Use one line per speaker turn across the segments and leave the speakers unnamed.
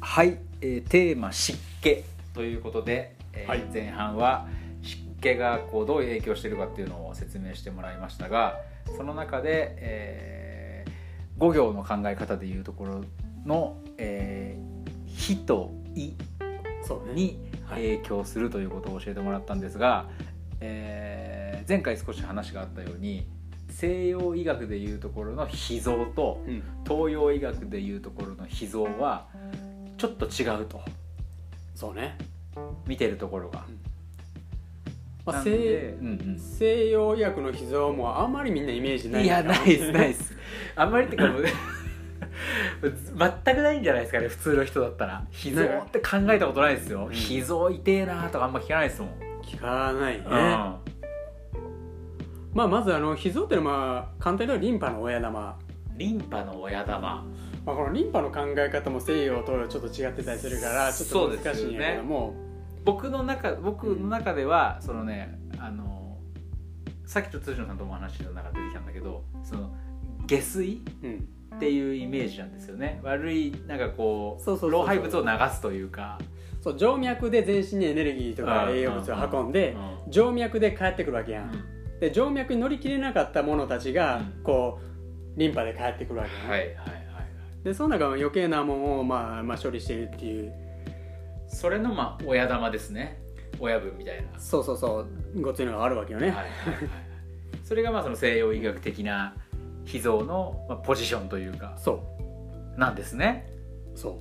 はい、えーテーマ湿気ということで、えー
はい
前半は湿気がこうどういう影響しているかっていうのを説明してもらいましたがその中で、え5行の考え方でいうところの「えー火」と「い」
そうね
に
はい
影響するということを教えてもらったんですが、えー前回少し話があったように西洋医学でいうところの脾臓と
うん
東洋医学でいうところの脾臓はちょっと違うと
そうね、
見てるところが。
ま
な
あ、
んで
西
うん
西洋医学の秘蔵もあんまりみんなイメージ
う、
なんい
いやないですない
い
ですあんまりってかもう 全くないんじゃないですかね普通の人だったら脾臓って考えたことないですよ
ん
脾臓痛えなとかあんま聞かないですもん、
聞かないね、
うん
まあまずあの脾臓っていうのはまあ簡単に言うとリンパの親玉、ま
リンパの親玉
あ、このリンパの考え方も西洋東洋ちょっと違ってたりするからちょっと難しいんやけども、
僕の中僕の中では、そのねあのさっきと辻野さんとも話の中で出てきたんだけどその下水
うん、
っていうイメージなんですよね悪いなんかこう
そうそうそうそう
老廃物を流すというか
そう静脈で全身にエネルギーとか栄養物を運んで
う
静脈で帰ってくるわけや
ん
んで静脈に乗り切れなかったものたちが
うん
こうリンパで帰ってくるわけやん、
はいはいはいはい
でその中は余計なもんを、まあ、まあ処理してるっていう
それのまあ親玉ですね親分みたいな
そうそうそうごついのがあるわけよね、
はいはいはいはいそれがまあその西洋医学的な脾臓のまあポジションというか
そう
なんですね
そう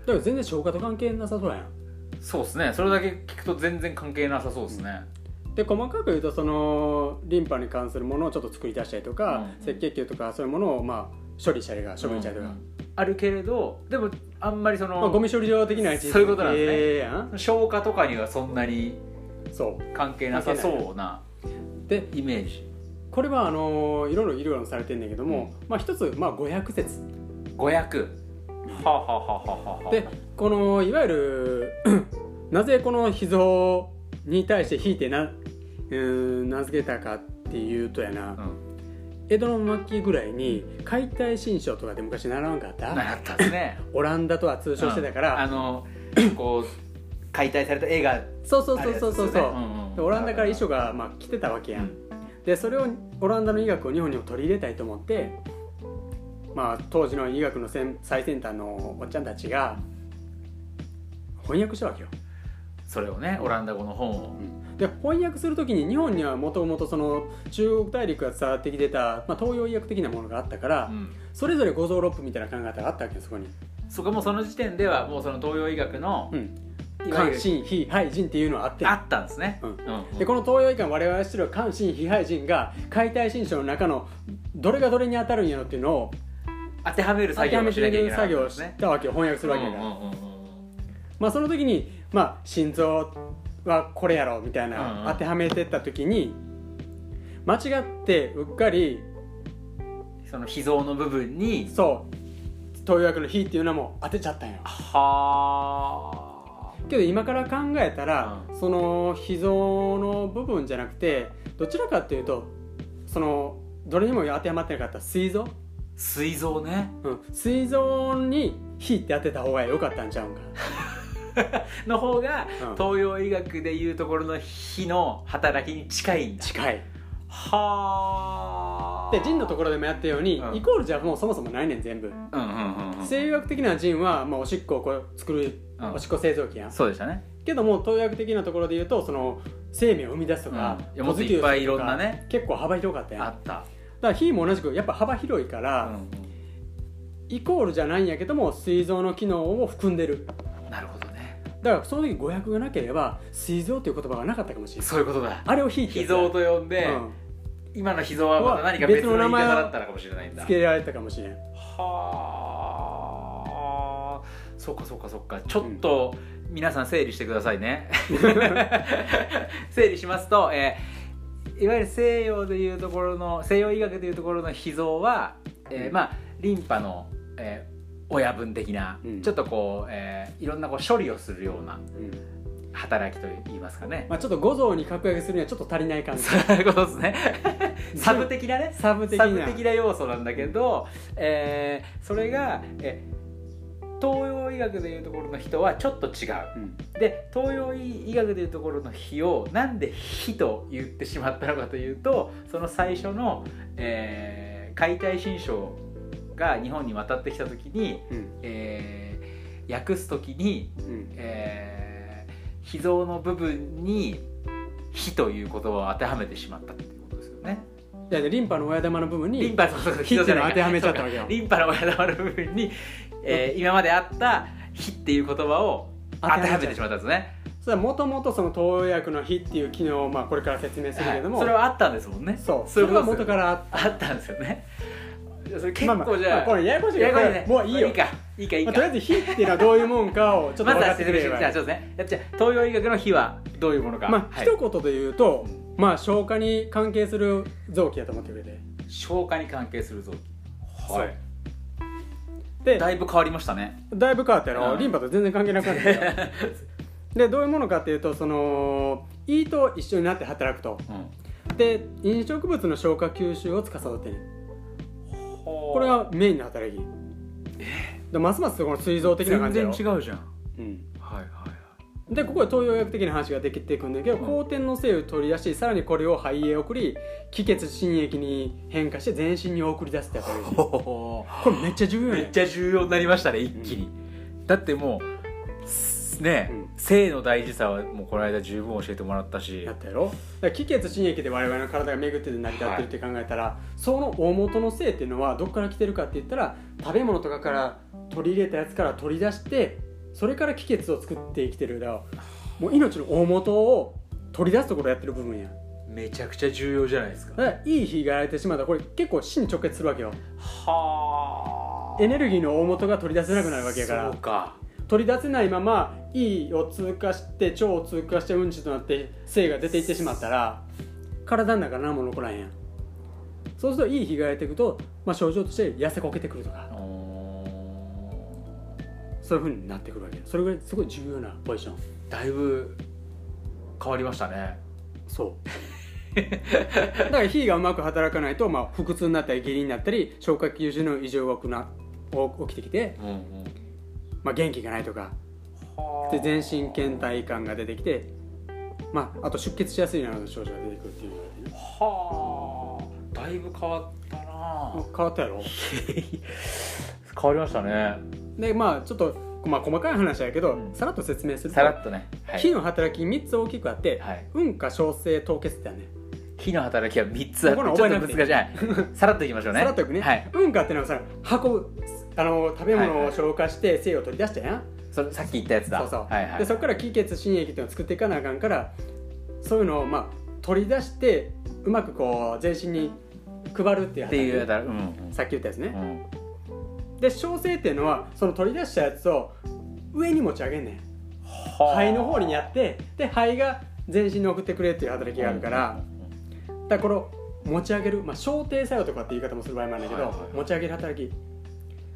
だから全然消化と関係なさそうやん
そうですねそれだけ聞くと全然関係なさそうですね、
で細かく言うとそのリンパに関するものをちょっと作り出したりとか、
うん
赤血球とかそういうものをまあ処理したりが処分したりとか、
うんあるけれどでもあんまりその、
まあ、ゴミ処理場的な位置
そういうことなんですね
ええやん
消化とかにはそんなに
そう
関係なさそうな
で
イメージ
これはあのーいろいろ議論されてるんだけども、まあ一つ、まあ、500説
500はあ、はあはあはあはあ
でこのいわゆる なぜこの脾臓に対して引いてなうーん名付けたかっていうとやな、
うん
江戸の末期ぐらいに解体新書とかで昔習わんかった、
なったんですね
オランダとは通称してたから、
うんあのこう解体された絵が
そうそうそうそうそうそう、でオランダから遺書
が
が、まあ、来てたわけやん、でそれをオランダの医学を日本にも取り入れたいと思って、まあ、当時の医学の先最先端のおっちゃんたちが翻訳したわけよ
それをねオランダ語の本を
で翻訳する時に日本にはもともとその中国大陸が伝わってきてた、まあ、東洋医学的なものがあったから、
うん
それぞれ五臓六腑みたいな考え方があったわけよそこに。
そこもその時点ではもうその東洋医学の
うん
いわゆ
肝
る
心非肺腎っていうのはあって
あったんですね
うん
うん
でこの東洋医学我々が知ってる肝心非肺腎が解体新書の中のどれがどれに当たるんやろっていうのを
当てはめる
当
作
ては
業を
め
してなきゃいけ
る
なかった
作業
ん
を
です
し
ね
たわけよ翻訳するわけだから、
うんうんうんうん
まあ、その時に、まあ、心臓はこれやろみたいな、
うんうん
当てはめてった時に間違ってうっかり
その脾臓の部分に
そう東洋医学の「非」っていうのも当てちゃったんよ
は
けど今から考えたら、その脾臓の部分じゃなくてどちらかっていうとそのどれにも当てはまってなかった膵臓
膵臓ね
うん膵臓に「火」って当てた方が良かったんちゃうんか、
の方が
うん
東洋医学でいうところの火の働きに近いんだ
近い
はあ
で腎のところでもやったように、
うん
イコールじゃもうそもそもないねん全部
うんうんうんうん
西洋学的な腎は、まあ、おしっこをこう作る、
うん
おしっこ製造機やん
そうでしたね
けども東洋学的なところで言うとその生命を生み出すとか、
うんいやもっと
ポジテ
いっ
ィブ
ぱいいろんなね
結構幅広かったやん
あ
だか
った
ら火も同じくやっぱ幅広いか
う
ら、
ん
イコールじゃないんやけども膵臓の機能を含んでる
うんなるほどね
だからその時500がなければ膵臓という言葉がなかったかもしれない
そういうことだ
あれを引いて
脾臓と呼んで、
うん
今の脾臓はまた何か別の言い方だったのかもしれないんだ
つけられたかもしれん
はあそうかそうかそうかちょっと皆さん整理してくださいね 整理しますと、えーいわゆる西洋でいうところの西洋医学でいうところの脾臓は、えー
うん
まあリンパの、えー親分的な、
うん
ちょっとこう、えーいろんなこう処理をするような
うん
働きといいますかね、
まあ、ちょっと五臓に格上げするにはちょっと足りない感じ
そういうことですねサブ的なね
サブ的な
サブ的な要素なんだけど、えーそれがえ東洋医学でいうところの人はちょっと違う
うん
で東洋医学でいうところの火をなんで火と言ってしまったのかというとその最初の、えー解体新書が日本に渡ってきた時に、
うん
えー訳す時に、
うん
えー脾臓の部分に火という言葉を当てはめてしまったっていうことですよね。
いやでリンパの親玉の部分に
リンパそうそうそう
火っていうのを
脾臓
当
じ
て
ゃ
は
ない
めちゃったわけよ
リンパの親玉の部分に、えー今まであった火っていう言葉を当てはめてしまったんですね。
それはもともとその投薬の火っていう機能をまあこれから説明するけれども、
はいそれはあったんですもんね
そう
そう
そ
いう
れ
ことで
は
すよ
元からあっ
あったんですよねいやそれ
た
結構じ
まあま
ゃあ
あまあこれややこしいか
や
ら
やこしいね
これもういいよ、
いいかいいかいい
ま
か
あとりあえず火っていうのはどういうもんかをちょっと
ま
分
ず
か
は
っ
説
てく
明
れ
し
れ
て
ば
じゃあそうですねじゃあ東洋医学の火はどういうものか
まあ、
はい
一言で言うと、まあ、消化に関係する臓器だと思ってくれて
消化に関係する臓器
はい
い
で
だいぶ変わりました ね
だいぶ変わったやろ、
うん
リンパと全然関係な くなってきたよでどういうものかっていうとその胃と一緒になって働くと
うん
で飲食物の消化吸収を司っている
こ
これがメインの働きでますますこの膵臓的な
全
感じ
然
や
違
ろ
うじゃんはい
うん
はいはい
でここで東洋医学的な話ができていくんだけど
うん
後天の性を取り出しさらにこれを肺へ送り気血心液に変化して全身に送り出すってやつこ
ほー
れめっちゃ重要
め
や
っちゃ重要になりましたね一気に、だってもうすね、
うん
性の大事さはもうこの間十分教えてもらったし
やったやろだから気血心液で我々の体が巡ってて成り立ってるって考えたら、その大元の性っていうのはどこから来てるかって言ったら食べ物とかから取り入れたやつから取り出してそれから気血を作って生きてるだからもう命の大元を取り出すところやってる部分や
めちゃくちゃ重要じゃないですか
だからいい日がられてしまったらこれ結構死に直結するわけよ
は
エネルギーの大元が取り出せなくなるわけやか
そう
ら
か
取り出せないまま胃を通過して腸を通過してうんちとなって性が出ていってしまったら体の中何も残らへんやんそうするといい日が出ていくと、まあ、症状として痩せこけてくるとかそういうふうになってくるわけそれぐらいすごい重要なポジション
だいぶ変わりましたね
そ うだから火がうまく働かないと、まあ、腹痛になったり下痢になったり消化器吸収の異常が起きな起きてきて、
うんうん
まあ、元気がないとかで全身倦怠感が出てきて、まあ、あと出血しやすいような症状が出てくるっていう
はあだいぶ変わったな
あ
あ
変わったやろ
変わりましたね
でまあちょっと、まあ、細かい話やけど、
うん
さらっと説明すると
さらっとね、は
火
い
の働き3つ大きくあって、
はい、
運化小生凍結ってやね、
火の働きは3つあって
こ
ち
こ
ょ
の
っと
覚えなくていい
難しいはい さらっといきましょうね
さらっといくね、
はい、
運化ってのはさ運ぶあの食べ
はい
物
は
を
い
消化して精を取り出したやん、
それさっき言ったやつだ
そうそう、
はいはい
でそこから気血心液っていうのを作っていかなあかんからそういうのを、まあ、取り出してうまくこう全身に配るっていう
っ
働
て
き
いうやつだうんうん
さっき言ったやつね、
うん
で小生っていうのはその取り出したやつを上に持ち上げんねん
はあ
肺の方にやってで肺が全身に送ってくれっていう働きがあるから、だからこの持ち上げる、まあ、小低作用とかって言い方もする場合もあるんだけど、
はいはいはい
持ち上げる働き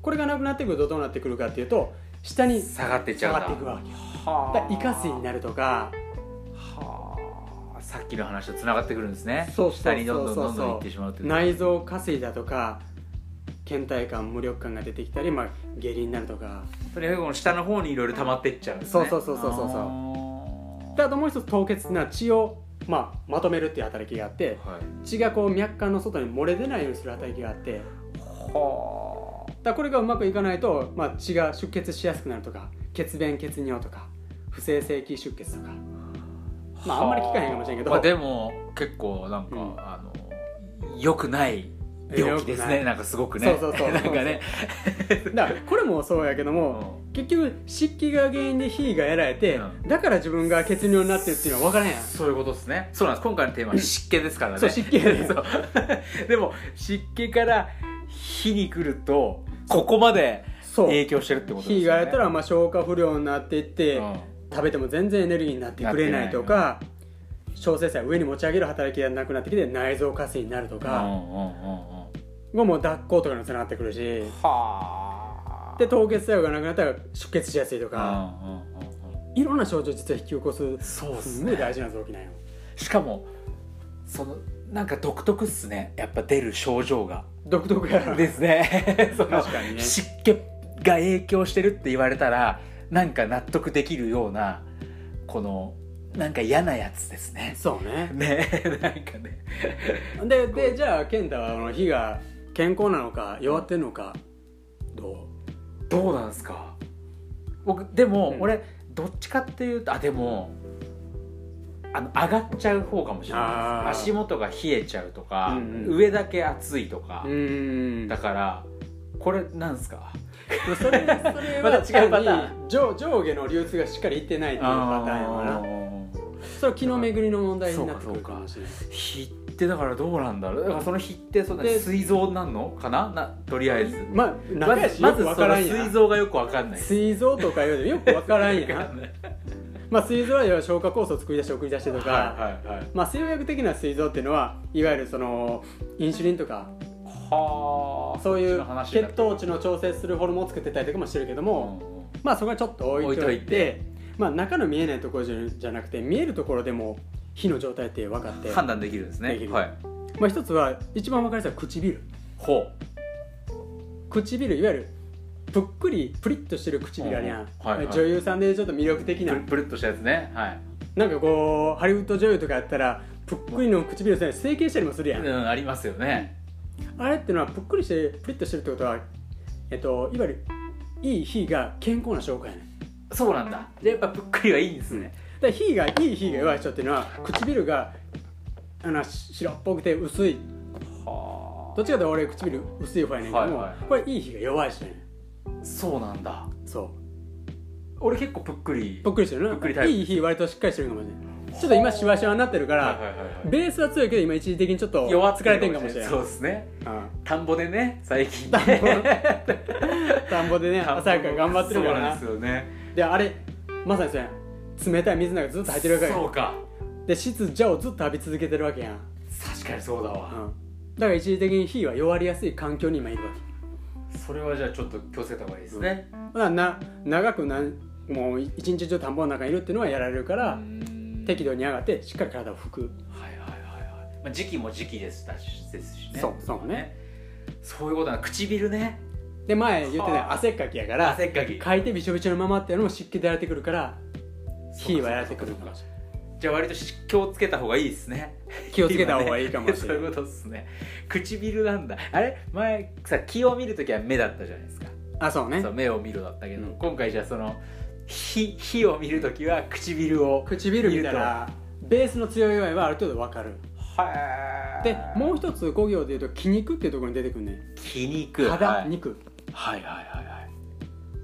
これがなくなってくるとどうなってくるかっていうと下に
下がっていっちゃ
下
うんだ
がっていくわけよ
は
だから胃下垂になるとか
はあさっきの話とつながってくるんですね
そうそうそうそう
下にどんどんどんどん行ってしまうという
内臓下垂だとか倦怠感無力感が出てきたり、まあ、下痢になるとか
とにかくこの下の方にいろいろ溜まっていっちゃうんですね
そうそうそうそうそうそう
あ
であともう一つ凍結っていうのは血を、まあ、まとめるっていう働きがあって
ーはい
血がこう脈管の外に漏れ出ないようにする働きがあって
は
だからこれがうまくいかないと、まあ、血が出血しやすくなるとか血便血尿とか不正性器出血とか
あ
まああんまり聞かへんかもしれんけど
まあ、でも結構なんか、
うん
あの良くない病気です
良くな
ね
い
なんかすごくね
そうそうそ う
なんかね
だからこれもそうやけども
うん
結局湿気が原因で火がやられて、
うん
だから自分が血尿になってるっていうのは分からへんやん
そういうことですねそうなんです今回のテーマは湿気ですからね
そう湿 気
そうでも湿気から火に来るとここまで
そう
影響してるってことですよね
火がやったらまあ消化不良になっていって、
うん
食べても全然エネルギーになってくれないとか小生産上に持ち上げる働きがなくなってきて内臓下垂になると
うん
か、
うんうんうん
もう脱行とかにもつながってくるし
はあ
で凍結作用がなくなったら出血しやすいと
う
か、
んうんうんうん
いろんな症状を実は引き起こす
そうっす
すごい
ね
大事な臓器なんよ
しかもそのなんか独特っすねやっぱ出る症状が
独特や
ですね その
確かにね
湿気が影響してるって言われたらなんか納得できるようなこのなんか嫌なやつですね。
そうね
ねなんかね
ででじゃあ健太はあの火が健康なのか弱ってるのかど
どうなんですか僕でも、
うん
俺どっちかっていうとあでもあの上がっちゃう方かもしれ
あ
な
ー
いです足元が冷えちゃうとか、
うんうん
上だけ暑いとか
うう、ーん
だからこれなんですか
それそれ
ま
は
た違うパター
単に上上下の流通がしっかりいってないっていうパターンやからなそれは気の巡りの問題になってくるかもしれない
火ってだからどうなんだろうだからその火ってそうだね
で
膵臓なんのかななとりあえず
まあ
ま
仲良
ず
し
ま
よ
ず
くわ
そ
か
の
らんや
膵
ん
臓がよくわかんない
膵臓とかよりよくわからんや
わか
ん
んない
まあ膵臓は要は消化酵素を作り出して送り出してとか、
はいはいはい
まあ、西洋医学的な膵臓っていうのはいわゆるそのインシュリンとか
はあ
そういう血糖値
の
の調整するホルモンを作ってたりとかもしてるけども、まあそこはちょっと置いと
置い
い
とい
て
て
まあ、中の見えないところじゃなくて見えるところでも火の状態って分かって、
判
ま
断できるんですね
できる
はい
あ、一つは一番分かりやすいのは唇
ほう
唇いわゆるぷっくりプリッとしてる唇あるやん、
うんはいはい
女優さんでちょっと魅力的
プ
な
ルプルっとしたやつねはい
なんかこうハリウッド女優とかやったらぷっくりの唇で整形したりもするやん、
うんありますよね
あれってのはぷっくりしてプリッとしてるってことは、えっと、いわゆるいい火が健康な証拠やねん
そうなんだでやっぱぷっくりはいいんですね
だから火がいい火が弱い人っていうのは唇があのし白っぽくて薄い
は
どっちかというと俺唇薄い方やねんけども、
はいはい
これいい火が弱い人やね
あそうなんだ
んそう
俺結構ぷっくり
ぷっくりしてる
ぷっくり
な
タイプ
いい火割としっかりしてるかもしれないちょっと今シワシワになってるから、
はいはいはいはい
ベースは強いけど今一時的にちょっと
弱っ
疲れてるかもしれない
そうですね
うん
田んぼでね最近
田んぼ
ね
田んぼでね朝から頑張ってるか
そ
らな
うなんですよね
であれまさにそうやん冷たい水の中ずっと入ってるわけや
そうんか
で湿邪をずっと浴び続けてるわけやん、うん、
確かにそうだわ
だから一時的に火は弱りやすい環境に今いるわけ
それはじゃあちょっと気をつけた方がいいですね
だからな長くなんもう一日中田んぼの中にいるっていうのはやられるか
う
ら、
ん
適度に上がってしっかり体を拭く
はいはいはいはい、まあ、時期も時期ですだしですしね
そうそうね
そういうことな唇ね
で前言って
は
た
あ
汗っかきやから
汗っかき
かいてびしょびしょのままっていうのも湿気でやられてくるから火はやられてくるか
そう
も
か
し
そう
れ
か
ない
じゃあ割とし気をつけた方がいいですね
気をつけた方がいいかもしれ
そうい
な
う
い
ことですね唇なんだあれ前さ気を見るときは目だったじゃないですか
あそうね
そう目を見るだったけど、
うん
今回じゃあその火火を見るときは唇を
唇見たらベースの強い弱いはある程度わかる
は
でもう一つ5行で言うと「筋肉」っていうところに出てくるね
筋肉
肌、
はい、
肉
はいはいはいはい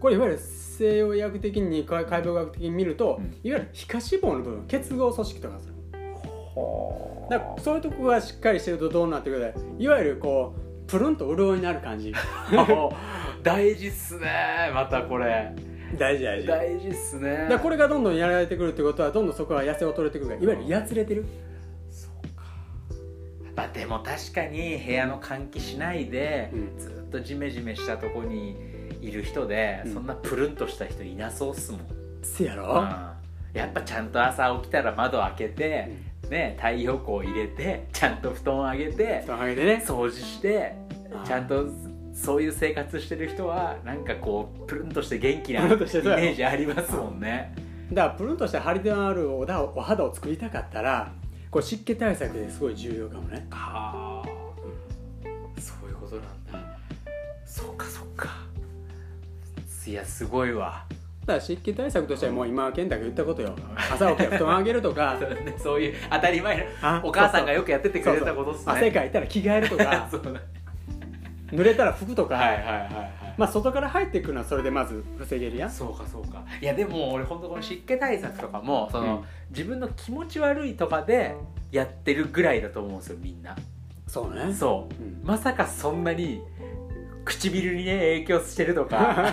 これいわゆる西洋医学的に解解剖学的に見る
う
と、
ん
いわゆる皮下脂肪の部分結合組織とかする
ほ
だからそういうとこがしっかりしてるとどうなってくるかいわゆるこうプルンと潤いになる感 じ
大事っすねまたこれ
大事大事だか
大事っすね
らこれがどんどんやられてくるってことはどんどんそこは痩せを取れてくるからいわゆるやつれてる
そうかまあでも確かに部屋の換気しないで、
うん
ずっとジメジメしたとこにいる人で、
うん
そんなプルンとした人いなそうっすもん、
せやろ、
うんやっぱちゃんと朝起きたら窓開けて、ね、太陽光入れてちゃんと布団上げて
布団上げてね
掃除して
あー
ちゃんとそういう生活してる人はなんかこうプルンとして元気なイ
プ
メ
ルンとしてそうやろ
ージありますもんね
だからプルンとした張りのあるお肌をお肌を作りたかったらこう湿気対策ですごい重要かもね
はあそういうことなんだそうかそうかいやすごいわ
ただ湿気対策としてはもう今健太が言ったことよ朝起きて布団上げるとか
そういう当たり前
あ
のお母さんがよくやっててくれたことっす
そうそう汗
ね
かいたら着替えるとか
そうだ
濡れたら服とか、
はいはいはいはい
まあ、外から入ってくるのはそれでまず防げるやん
そうかそうかいやでも俺本当この湿気対策とかもその、
うん
自分の気持ち悪いとかでやってるぐらいだと思うんですよみんな
そうね
そう
うん
まさかそんなに唇にね影響してると か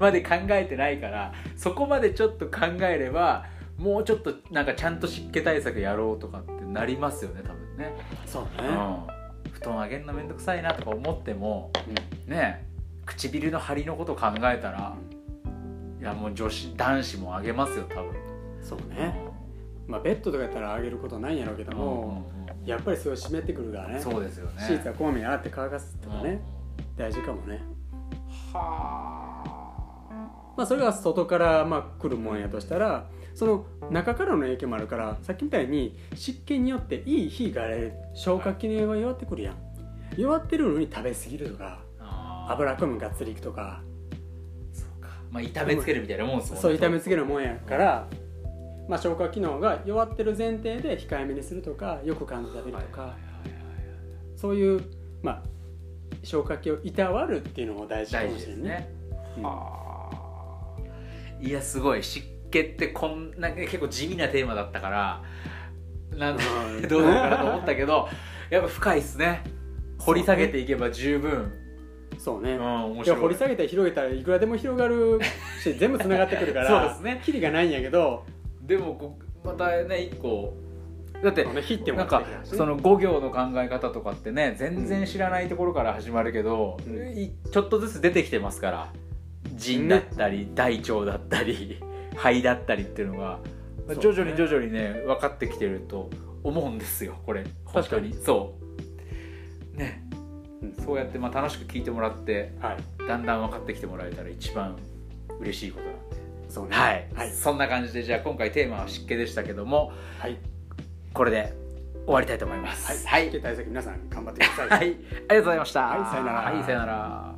まで考えてないからそこまでちょっと考えればもうちょっとなんかちゃんと湿気対策やろうとかってなりますよね多分ね、
そうね、
うん、布団上げるのめんどくさいなとか思ってもね唇の張りのこと考えたらいやもう女子男子も上げますよ多分
うんそうね、まあ、ベッドとかやったら上げることないんやろうけど
うん
も、
うんうん
やっぱりすごい湿ってくるからね
そうですよね
シーツはこまめに洗って乾かすとかね、
うん
大事かもね
はは
まあ、それが外からまあ来るもんやとしたらその中からの影響もあるからさっきみたいに湿気によっていい火があれ消化器に弱ってくるやん弱ってるのに食べ過ぎるとか
あ
油込みがっつりいくとか
そうかまあ炒めつけるみたいなもんですもんね
そう炒めつけるもんやから、まあ、消化機能が弱ってる前提で控えめにするとかよく噛んで食べるとか、
はいはいはいはい
そういう、まあ、消化器をいたわるっていうのも大事か
大
も
事
し
で
れ
す
ないね。
ね
うん
いやすごい湿気ってこんな結構地味なテーマだったからなん
うん
どうなのかなと思ったけどやっぱ深いっすね掘り下げていけば十分
そう
う
ね
ん、面
いや
白い
掘り下げたら広げたらいくらでも広がる し全部つながってくるか
そう
ら
ですね
キリがないんやけど
でもこまたね一個だって
あの火っても
なん
らっ
か
てきたしね
その五行の考え方とかってね全然知らないところから始まるけど、
うん
いちょっとずつ出てきてますから腎だったり、大腸だったり 肺だったりっていうのが
そうね
徐々に徐々にね分かってきてると思うんですよこれ
確かに
本当そうね
うん
そうやってまあ楽しく聞いてもらって
はい
だんだん分かってきてもらえたら一番嬉しいことなんで
そうね
はい、
はい
そんな感じでじゃあ今回テーマは湿気でしたけども
はい
これで終わりたいと思います
はい、はい、対策皆さん頑張ってください
はい、ありがとうございました。
はいさよなら
はい、さよなら。